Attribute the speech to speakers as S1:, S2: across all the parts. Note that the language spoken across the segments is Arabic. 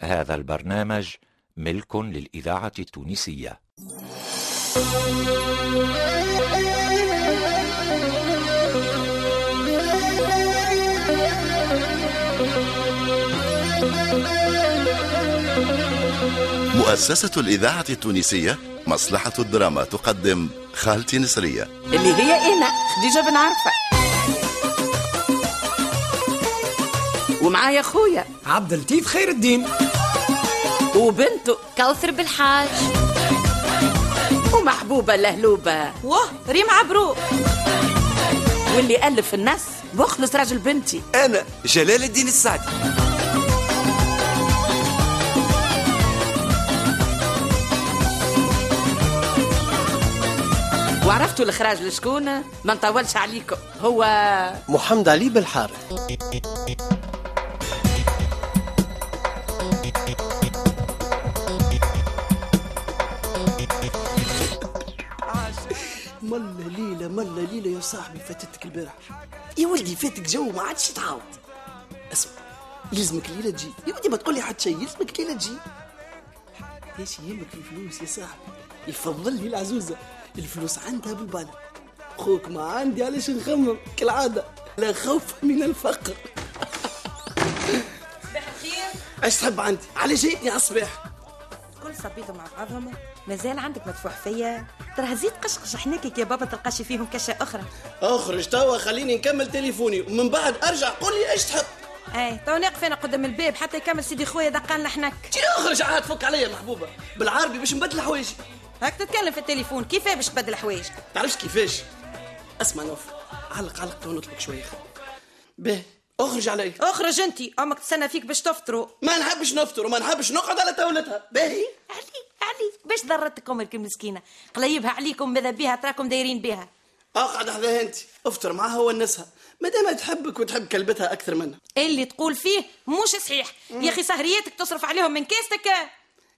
S1: هذا البرنامج ملك للإذاعة التونسية
S2: مؤسسة الإذاعة التونسية مصلحة الدراما تقدم خالتي نسرية
S3: اللي هي انا خديجه بن عرفه ومعايا خويا
S4: عبد اللطيف خير الدين
S3: وبنته
S5: كوثر بالحاج
S3: ومحبوبه لهلوبه
S5: واه ريم عبرو
S3: واللي الف الناس مخلص راجل بنتي
S6: أنا جلال الدين السعدي
S3: وعرفتوا الاخراج لشكون ما نطولش عليكم هو
S4: محمد علي بالحارث ملا ليلة ملا ليلة يا صاحبي فاتتك البارح يا ولدي فاتك جو ما عادش يتعاود اسمع يلزمك ليلة تجي يا ولدي ما تقول لي حتى شيء يلزمك ليلة تجي ايش يهمك في الفلوس يا صاحبي يفضل لي العزوزة الفلوس عندها بالبال خوك ما عندي علاش نخمم كالعادة لا خوف من الفقر ايش تحب عندي على جيتني على الصباح
S7: كل صبيتهم مع بعضهم مازال عندك مدفوع فيا ترى زيد قشقش حناكك يا بابا تلقاش فيهم كشه اخرى
S4: اخرج توا خليني نكمل تليفوني ومن بعد ارجع قول لي ايش تحب
S7: اي إيه، تو ناقف انا قدام الباب حتى يكمل سيدي خويا دقان لحنك
S4: تي اخرج عاد فك عليا محبوبة بالعربي باش نبدل حوايجي
S7: هاك تتكلم في التليفون كيف باش تبدل حوايجك
S4: تعرفش كيفاش اسمع نوف علق علق تو نطلق شوية خير به اخرج علي
S7: اخرج انت امك تستنى فيك باش تفطروا
S4: ما نحبش نفطر وما نحبش نقعد على طاولتها باهي
S7: علي علي باش ضرتك امك المسكينه قليبها عليكم ماذا بها تراكم دايرين بها
S4: اقعد حذاها انت افطر معاها ونسها ما دام تحبك وتحب كلبتها اكثر منها
S7: اللي تقول فيه مش صحيح يا اخي سهرياتك تصرف عليهم من كاستك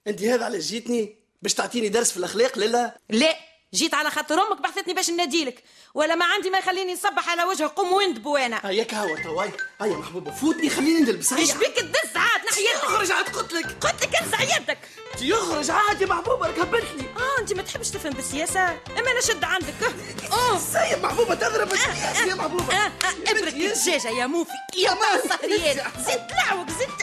S4: انت هذا علاش جيتني باش تعطيني درس في الاخلاق للا
S7: لا جيت على خاطر امك بحثتني باش ناديلك ولا ما عندي ما يخليني نصبح على وجهه قوم وندب وانا
S4: هياك هو تواي هيا محبوبه فوتني خليني ندلبس
S7: ايش
S4: هيا
S7: بك تدز عاد نحي يدك
S4: اخرج عاد قلت لك
S7: قلت لك انزع يدك
S4: يخرج عادي محبوبه راك هبلتني
S7: اه انت ما تحبش تفهم بالسياسه اما انا شد عندك اه
S4: سيب محبوبه تضرب السياسه يا
S7: آه،
S4: محبوبه
S7: آه، ابرك الدجاجه يا موفي يا صهريات زدت لعوك زدت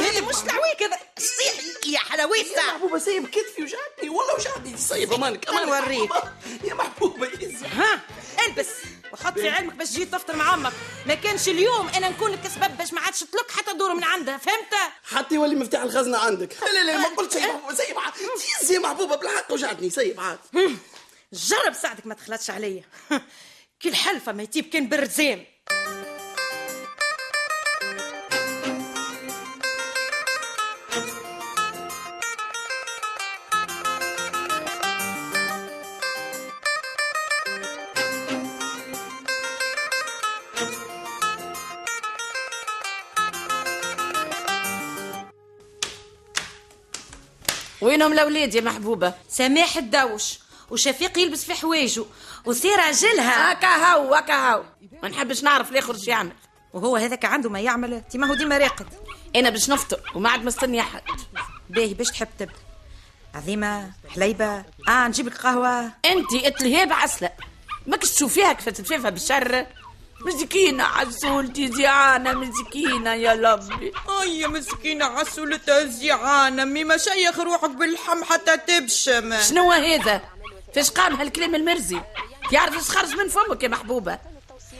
S7: هذا مش لعويك هذا صيح يا حلاويسه
S4: محبوبه سيب كتفي وجعتني والله وجعتني سيب امانك امانك
S7: نوريك.
S4: محبوبة. يا محبوبه يزي
S7: ها البس وحط في علمك باش جيت تفطر مع امك ما كانش اليوم انا نكون لك سبب باش ما عادش تلك حتى دور من عندها فهمت
S4: حتى يولي مفتاح الخزنه عندك لا لا لا ما قلت سيب محبوبه سيب عاد يزي يا محبوبه بالحق وجعتني سيب عاد
S7: جرب ساعدك ما تخلطش عليا كل حلفه ما يتيب كان بالرزام
S3: وينهم الاولاد يا محبوبه
S7: سماح الدوش وشفيق يلبس في حوايجه وسير عجلها
S3: هكا هو هكا هو ما نحبش نعرف اللي يخرج يعمل
S7: وهو هذاك عنده ما يعمل انت ما هو ديما راقد
S3: انا باش نفطر وما عاد مستني احد
S7: باهي باش تحب تبدا عظيمه حليبه اه نجيب لك قهوه
S3: انت الهيب عسله ماكش تشوفيها كيف تشوفيها بالشر مسكينة عسولتي زيعانة مسكينة يا لبي
S7: يا مسكينة عسولتها زيعانة ميما شيخ روحك باللحم حتى تبشم
S3: شنو هذا؟ فاش قام هالكلام المرزي؟ يعرف اش خرج من فمك يا محبوبة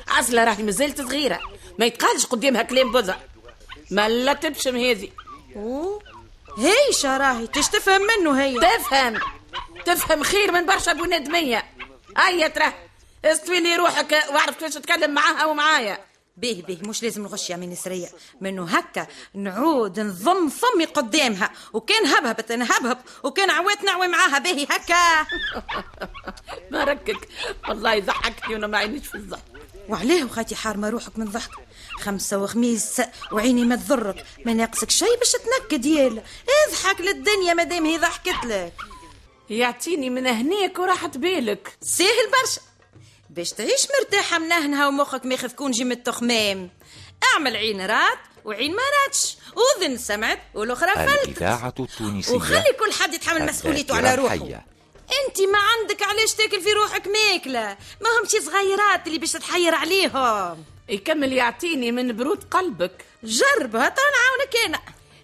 S3: عسلة راهي مازالت صغيرة ما يتقالش قدامها كلام بذر ما لا تبشم هذه
S7: هي شراهي تش تفهم منه هي
S3: تفهم تفهم خير من برشا بنات مية هيا ترى استوي لي روحك واعرف كيفاش تتكلم معاها ومعايا
S7: بيه بيه مش لازم نغش يا من سرية منه هكا نعود نضم فمي قدامها وكان هبهبت نهبهب وكان عويت نعوي معاها باهي هكا
S3: ما ركك والله ضحكتني وانا ما عينيش في الضحك
S7: وعليه وخاتي حارمة روحك من ضحك خمسة وخميس وعيني ما تضرك ما ناقصك شي باش تنكد يالا اضحك للدنيا مادام هي ضحكت لك
S3: يعطيني من هنيك وراحة بالك
S7: سهل برشا باش تعيش مرتاحة منهنها ومخك ما يخفكون جيم التخمام اعمل عين رات وعين ما راتش واذن سمعت والاخرى فلتت
S1: الإذاعة التونسية
S7: وخلي كل حد يتحمل مسؤوليته على
S1: الذاكرة
S7: روحه
S1: الحية.
S7: انت ما عندك علاش تاكل في روحك ماكله ما همش صغيرات اللي باش تتحير عليهم
S3: يكمل يعطيني من برود قلبك
S7: جربها تو نعاونك انا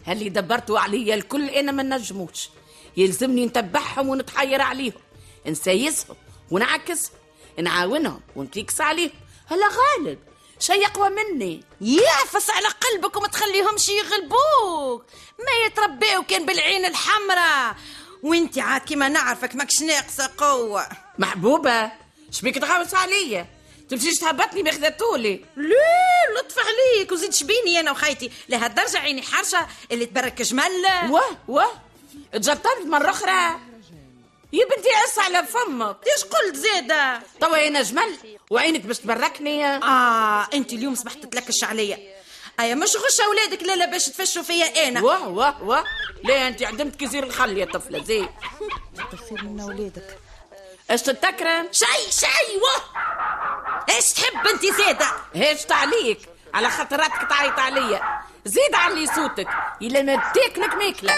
S3: هاللي دبرتوا عليا الكل انا ما نجموش يلزمني نتبعهم ونتحير عليهم نسيسهم ونعكسهم نعاونهم ونفيكس عليهم هلا غالب شي اقوى مني
S7: يافس على قلبك وما تخليهمش يغلبوك ما يتربيو كان بالعين الحمراء وانت عاد كيما نعرفك ماكش ناقصه قوه
S3: محبوبه شبيك تغوص عليا تمشيش تهبطني باخذ طولي
S7: لا لطف عليك وزيد شبيني انا وخيتي لهالدرجه عيني حرشه اللي تبرك جمل
S3: واه واه تجطرت مرة أخرى يا بنتي قص على فمك
S7: ايش قلت زاده
S3: توا أنا جمل وعينك باش تبركني
S7: اه انت اليوم صبحت تتلكش عليا ايا مش غش اولادك لا لا باش تفشوا فيا انا
S3: واه واه واه لا أنت عدمت كزير الخل يا طفلة زي
S7: تخير من اولادك
S3: اش تتكرم
S7: شي شي واه ايش تحب انت زاده
S3: هشت عليك على خطراتك تعيط عليا زيد علي صوتك إلا ما تاكلك ماكلة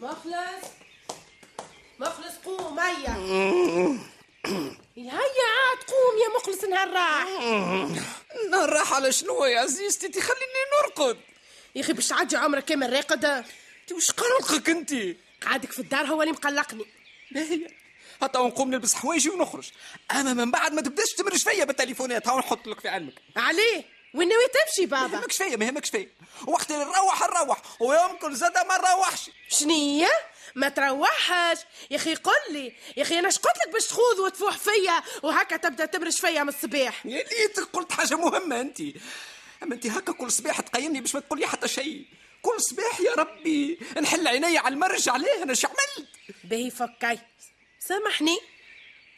S8: مخلص مخلص قوم هيا هيا عاد قوم يا مخلص نهار راح
S4: نهار راح على شنو يا عزيزتي انت خليني نرقد
S8: يا اخي باش تعدي عمرك كامل راقد
S4: انت وش قلقك انت
S8: قعدك في الدار هو اللي مقلقني
S4: باهية. حتى نقوم نلبس حوايجي ونخرج اما من بعد ما تبداش تمرش فيا بالتليفونات هاو نحط لك في علمك
S8: عليه وين ناوي تمشي
S4: ما
S8: بابا
S4: يهمكش فيا ما يهمكش فيا وقت اللي نروح نروح ويمكن زاد ما نروحش
S8: شنية ما تروحش يا اخي قل لي يا اخي انا شقلت لك باش تخوض وتفوح فيا وهكا تبدا تبرش فيا من الصباح
S4: يا ليتك قلت حاجه مهمه انت اما انت هكا كل صباح تقيمني باش ما تقول لي حتى شيء كل صباح يا ربي نحل عيني على المرج عليه انا شو عملت
S8: باهي فكاي سامحني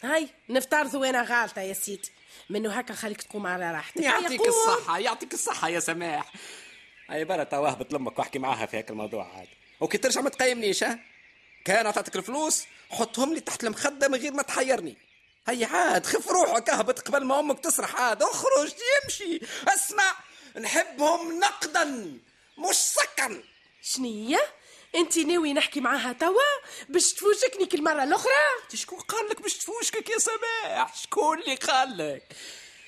S8: هاي نفترض وانا غالطه يا سيدي منو هكا خليك تقوم على راحتك هيا
S4: يعطيك
S8: قوم.
S4: الصحة يعطيك الصحة يا سماح هاي برا توا اهبط لامك واحكي معاها في هاك الموضوع عاد وكي ترجع ما تقيمنيش ها كان عطاتك الفلوس حطهم لي تحت المخدة من غير ما تحيرني هيا عاد خف روحك اهبط قبل ما امك تسرح عاد اخرج يمشي اسمع نحبهم نقدا مش سكن
S8: شنية انت ناوي نحكي معاها توا باش تفوجكني كل مره الاخرى
S4: انت شكون قال لك باش تفوشكك يا سماح شكون اللي قال لك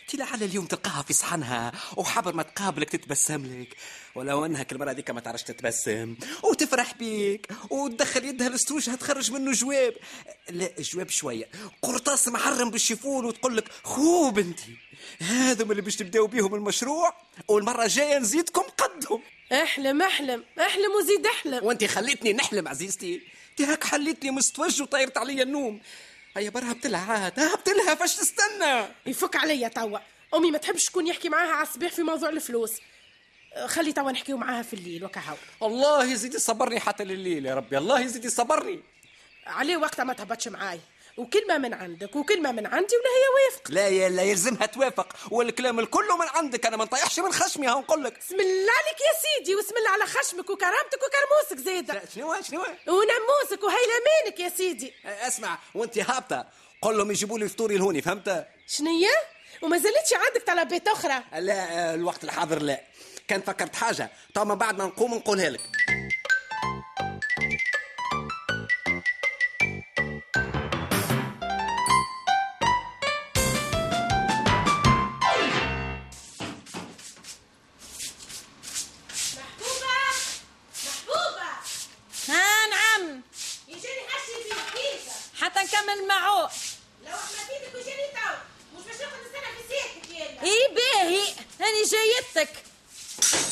S4: انت لعل اليوم تلقاها في صحنها وحبر ما تقابلك تتبسم لك ولو انها كل مره هذيك ما تعرفش تتبسم وتفرح بيك وتدخل يدها لستوشها تخرج منه جواب لا جواب شويه قرطاس محرم بالشيفون وتقول لك خو بنتي هذم اللي باش تبداو بيهم المشروع والمره الجايه نزيدكم قدهم
S8: احلم احلم احلم وزيد احلم
S4: وانت خليتني نحلم عزيزتي انت هاك حليتني مستوج وطيرت عليا النوم هيا برا هبتلها عاد هبتلها فاش تستنى
S8: يفك عليا توا امي ما تحبش شكون يحكي معاها على الصباح في موضوع الفلوس اه، خلي توا نحكيو معاها في الليل وكا هاو
S4: الله يزيد يصبرني حتى لليل يا ربي الله يزيد يصبرني
S8: عليه وقتها ما تهبطش معاي وكلمه من عندك وكلمه من عندي ولا هي وافق
S4: لا يا لا يلزمها توافق والكلام الكل من عندك انا ما نطيحش من خشمي ها نقول لك
S8: بسم الله عليك يا سيدي وبسم الله على خشمك وكرامتك وكرموسك زيدا
S4: شنو شنو
S8: ونموسك وهيلمانك يا سيدي
S4: اسمع وانت هابطه قول لهم يجيبوا لي فطوري لهوني فهمت
S8: شنية وما زالتش عندك طلبات اخرى
S4: لا آه، الوقت الحاضر لا كان فكرت حاجه تو من بعد ما نقوم نقولها لك
S7: ها نعم حتى نكمل معه اي باهي هاني جايتك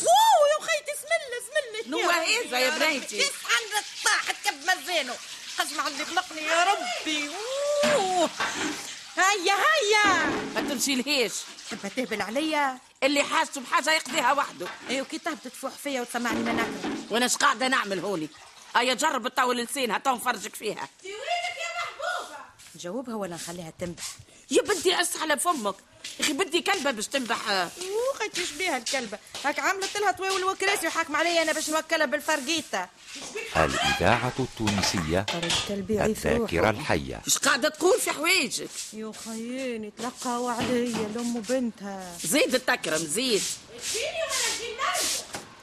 S7: واو يا خيتي سملة سملة
S3: نوا هيزة يا بنيتي.
S7: تسعن الطاح تكب مزانو قسم على اللي قلقني يا ربي أوه. هيا هيا
S3: ما تمشي لهيش
S7: تحب تهبل عليا
S3: اللي حاسه بحاجة يقضيها وحده
S7: اي وكي تهبط تفوح فيا وتسمعني ما ناكل
S3: وانا اش قاعدة نعمل هوني ايا جرب تطول لسانها تو نفرجك فيها
S7: نجاوبها ولا نخليها تنبح
S3: يا بنتي قص على فمك يا اخي بنتي كلبه باش تنبح آه.
S7: أوه، وقت بيها الكلبة هاك عملت لها طواول وكراسي وحاكم عليا أنا باش نوكلها بالفرقيطة
S1: الإذاعة التونسية
S7: الكلب يعيف
S1: الذاكرة الحية
S3: اش قاعده تقول في حوايجك
S7: يا خياني تلقاو عليا الأم وبنتها
S3: زيد التكرم زيد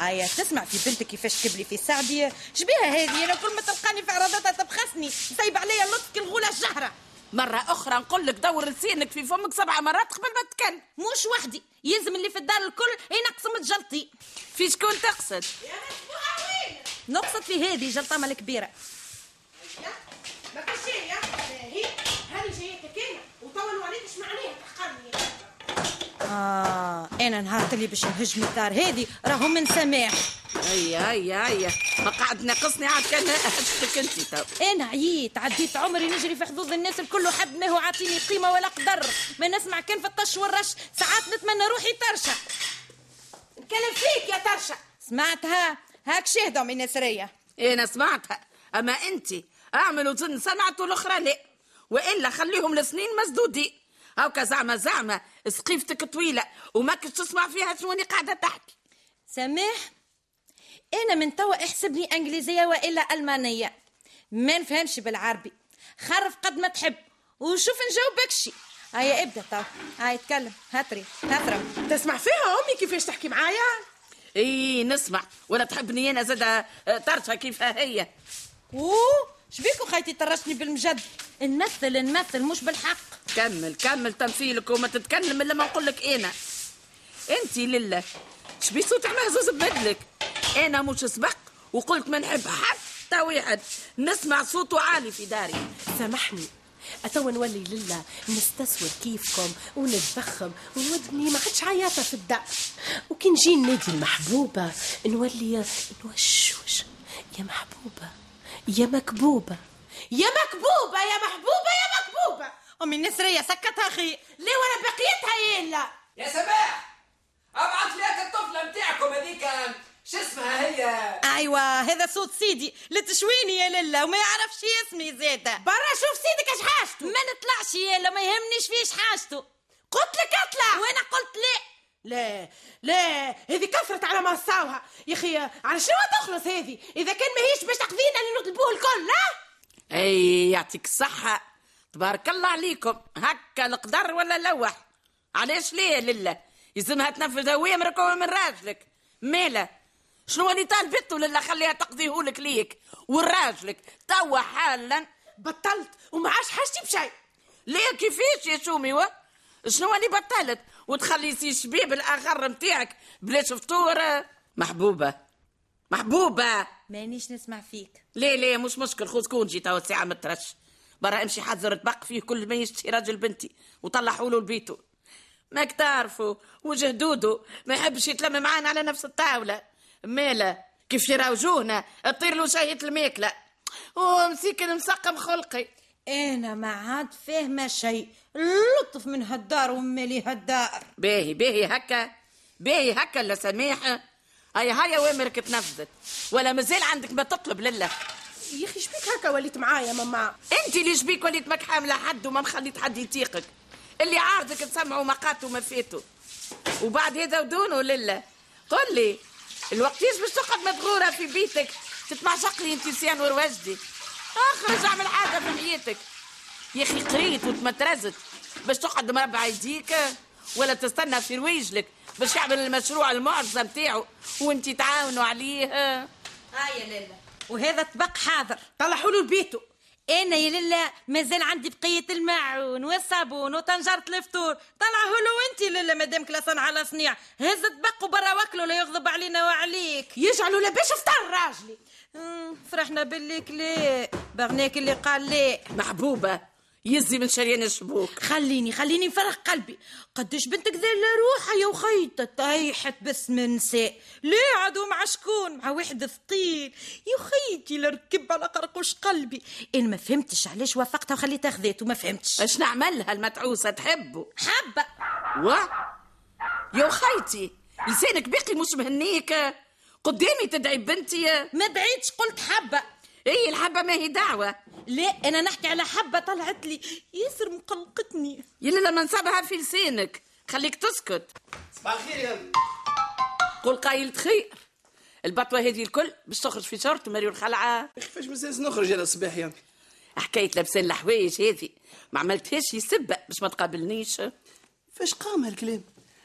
S7: ايا آية، تسمع في بنتك كيفاش تبلي في سعدية شبيها هذه انا كل ما تلقاني في عرضاتها تبخسني سايب عليا اللطف كي الغوله الجهره
S3: مره اخرى نقول لك دور لسانك في فمك سبع مرات قبل ما تكن
S9: مش وحدي يلزم اللي في الدار الكل ينقسم جلطي
S3: في شكون تقصد
S7: نقصد في هذه جلطامه الكبيره
S8: ما في شيء يا هي هاني جايتك انا وطولوا عليك اش معناها تحقرني
S7: اه انا نهار اللي باش نهجم الدار هذه راهو من سماح
S3: هيا هيا هيا ما قعد ناقصني عاد كان حاجتك انت تو
S7: انا عييت عديت عمري نجري في حظوظ الناس الكل وحد ما هو عاطيني قيمه ولا قدر ما نسمع كان في الطش والرش ساعات نتمنى روحي طرشه
S8: نتكلم فيك يا طرشه
S7: سمعتها هاك شاهده من نسريه
S3: انا إيه، سمعتها اما انت اعمل وظن سمعت والاخرى لا والا خليهم لسنين مسدودين هاكا زعما زعما سقيفتك طويله وماكش تسمع فيها شنو اللي قاعده تحكي
S7: سماح انا من توا احسبني انجليزيه والا المانيه ما نفهمش بالعربي خرف قد ما تحب وشوف نجاوبك شي هيا ابدا توا هيا اتكلم هاتري هاترم
S8: تسمع فيها امي كيفاش تحكي معايا
S3: اي نسمع ولا تحبني انا زادة طرشه كيفها هي
S7: اوه شبيكو خايتي طرشني بالمجد نمثل نمثل مش بالحق
S3: كمل كمل تمثيلك وما تتكلم الا ما نقول لك انا انت لله شبي صوتك مهزوز ببدلك انا مش سبق وقلت ما نحب حتى واحد نسمع صوته عالي في داري
S8: سامحني أتوا نولي لله نستسور كيفكم ونتضخم ونودني ما عادش عياطة في الدار وكي نجي النادي المحبوبة نولي نوشوش يا محبوبة يا مكبوبة يا مكبوبة يا محبوبة يا مكبوبة
S7: امي نسريه سكتها خي
S8: ليه ولا بقيتها يلا
S4: يا سماح ابعث لي هاك الطفله نتاعكم هذيك شو اسمها هي
S7: ايوا أيوة، هذا صوت سيدي لتشويني يا للا وما يعرفش اسمي زاده
S8: برا شوف سيدك اش حاجته
S7: ما نطلعش يلا ما يهمنيش فيش حاجته
S8: قلت لك اطلع
S7: وانا قلت لا
S8: لا لا هذه كثرت على ما صاوها يا اخي على شنو تخلص هذه اذا كان ماهيش باش تقضينا اللي نطلبوه الكل لا
S3: اي يعطيك الصحه تبارك الله عليكم هكا القدر ولا لوح علاش ليه لله يلزمها تنفذ هو امرك ومن راجلك مالا شنو اللي طالبته لله خليها تقضيهولك ليك والراجلك توا حالا
S8: بطلت وما عادش حاجتي بشيء
S3: ليه كيفاش يا شومي و شنو اللي بطلت وتخلي سي الشبيب الاخر متاعك بلاش فطور محبوبه محبوبه
S7: مانيش نسمع فيك
S3: ليه ليه مش مشكل خذ كون جي توا الساعه مترش برا امشي حذر تبق فيه كل ما يشتهي راجل بنتي وطلع حوله لبيته ماك تعرفه وجه دودو ما يحبش يتلم معانا على نفس الطاوله ماله كيف يراوجونا تطير له شهية الماكله ومسكن مسقم خلقي
S7: انا ما عاد فاهمه شيء لطف من هالدار ومالي هالدار
S3: باهي باهي هكا باهي هكا لا سماح هيا هيا اوامرك تنفذت ولا مازال عندك ما تطلب لله
S8: يا اخي شبيك هكا وليت معايا ماما
S3: انت اللي شبيك وليت ماك حامله حد وما مخليت حد يطيقك اللي عارضك تسمعوا ما قاتوا ما فاتوا وبعد هذا ودونه لله قل لي الوقتيش باش تقعد مدغوره في بيتك تتمعشق لي انت سيان وروجدي اخرج اعمل حاجه في حياتك يا اخي قريت وتمترزت باش تقعد مربع يديك ولا تستنى في رواجلك باش يعمل المشروع المعجزه نتاعو وانت تعاونوا عليه
S7: هيا ليلى وهذا طبق حاضر
S8: طلعوا له لبيته
S7: انا يا ليلى مازال عندي بقيه المعون والصابون وطنجره الفطور طلعه له وانت ليلى مادام كلاسان على صنيع هز طبق وبرا واكله لا يغضب علينا وعليك
S8: يجعلوا لا باش فطر راجلي
S7: مم، فرحنا بالليك لا بغناك اللي قال لا
S3: محبوبه يزي من شريان الشبوك
S7: خليني خليني نفرغ قلبي قداش بنتك ذل روحها يا وخيطة طيحت بس من نساء ليه عدو مع شكون مع واحد ثقيل يا خيتي لركب على قرقوش قلبي انا ما فهمتش علاش وافقتها وخليتها خذيته ما فهمتش
S3: اش نعملها المتعوسه تحبه
S7: حبة
S3: و يا خيتي لسانك باقي مش مهنيك قدامي تدعي بنتي
S7: ما دعيتش قلت حبة
S3: اي الحبه ما هي دعوه
S7: لا انا نحكي على حبة طلعت لي ياسر مقلقتني
S3: يلا لما نصبها في لسانك خليك تسكت
S4: صباح الخير يا أمي.
S3: قول قايل خير البطوه هذه الكل باش تخرج في شورت مريو الخلعه
S4: كيفاش مازال نخرج انا الصباح يا أمي.
S3: حكايه لابسين الحوايج هذه ما عملتهاش يسبه باش ما تقابلنيش
S4: فاش قام هالكلام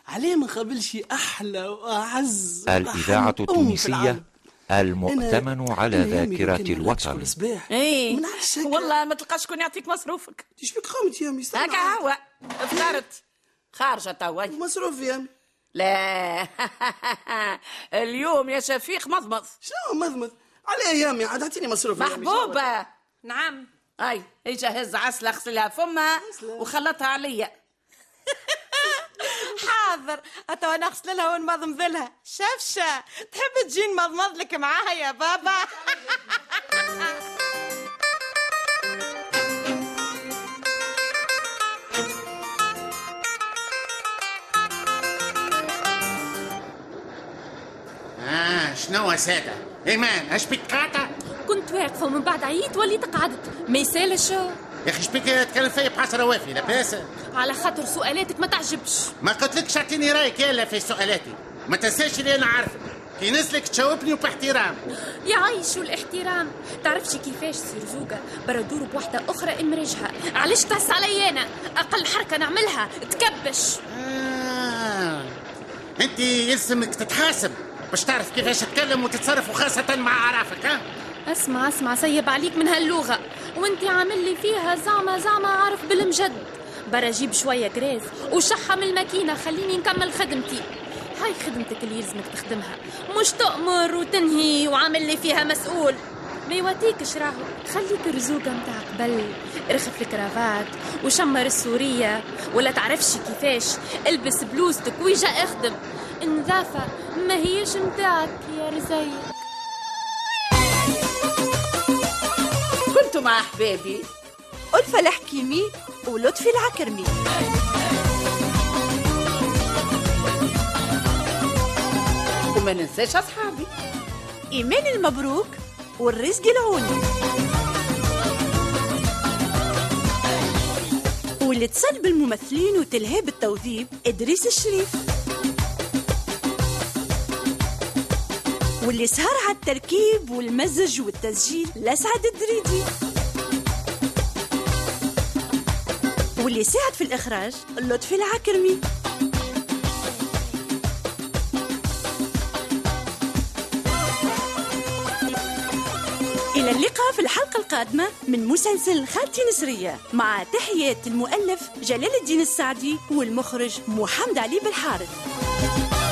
S4: عليه ما نقابلش احلى واعز
S1: الإذاعة
S4: وأحلى أم في
S1: التونسية
S4: العالم.
S1: المؤتمن على
S4: أنا يا أمي
S1: ذاكرة
S4: كان نعرفش كل
S1: الوطن
S4: صباح
S3: اي
S4: من عكس هكا.
S3: إيه. والله ما تلقاش شكون يعطيك مصروفك
S4: ايش بك قامت يا امي استنى.
S3: هكا هو افطرت خارجه توا
S4: مصروف يا امي
S3: لا اليوم يا شفيق مضمض
S4: شنو مضمض عليه يا امي عاد اعطيني مصروف يا أمي.
S3: محبوبه
S9: نعم
S3: اي اجا هز عسل غسلها فمها وخلطها عليا
S7: حاضر أتوا أنا أغسل لها ونمضمض لها شفشة تحب تجي نمضمض لك معاها يا بابا
S10: اه شنو سادة ايمان اش بك قاطع
S9: كنت واقفه ومن بعد عييت وليت قعدت ما يسالش
S10: يا اخي شبيك تكلم فيا بحسره وافي لاباس
S9: على خاطر سؤالاتك ما تعجبش
S10: ما قلتلكش اعطيني رايك يلا في سؤالاتي ما تنساش اللي انا عارفك كي نسلك تجاوبني وباحترام
S9: يعيشوا الاحترام تعرفش كيفاش تصير زوجة برا دور بواحدة أخرى مراجعة علاش تحس علي أنا أقل حركة نعملها تكبش
S10: آه. انت يلزمك تتحاسب باش تعرف كيفاش تتكلم وتتصرف وخاصة مع عرافك ها
S9: اسمع اسمع سيب عليك من هاللغة وانت عامل لي فيها زعما زعما عارف بالمجد برا جيب شوية كراز وشحم الماكينة خليني نكمل خدمتي هاي خدمتك اللي يلزمك تخدمها مش تأمر وتنهي وعامل لي فيها مسؤول ما يواتيكش راهو خليك الرزوقة متاع قبل رخف الكرافات وشمر السورية ولا تعرفش كيفاش البس بلوزتك ويجا اخدم النظافة ما هيش متاعك يا رزيق
S3: كنتوا مع احبابي
S11: ألفة الحكيمي ولطفي العكرمي
S3: وما ننساش اصحابي
S11: إيمان المبروك والرزق العوني والاتصال بالممثلين وتلهيب التوظيف إدريس الشريف واللي سهر على التركيب والمزج والتسجيل لسعد الدريدي واللي ساعد في الإخراج لطفي العكرمي إلى اللقاء في الحلقة القادمة من مسلسل خالتي نسرية مع تحيات المؤلف جلال الدين السعدي والمخرج محمد علي بالحارث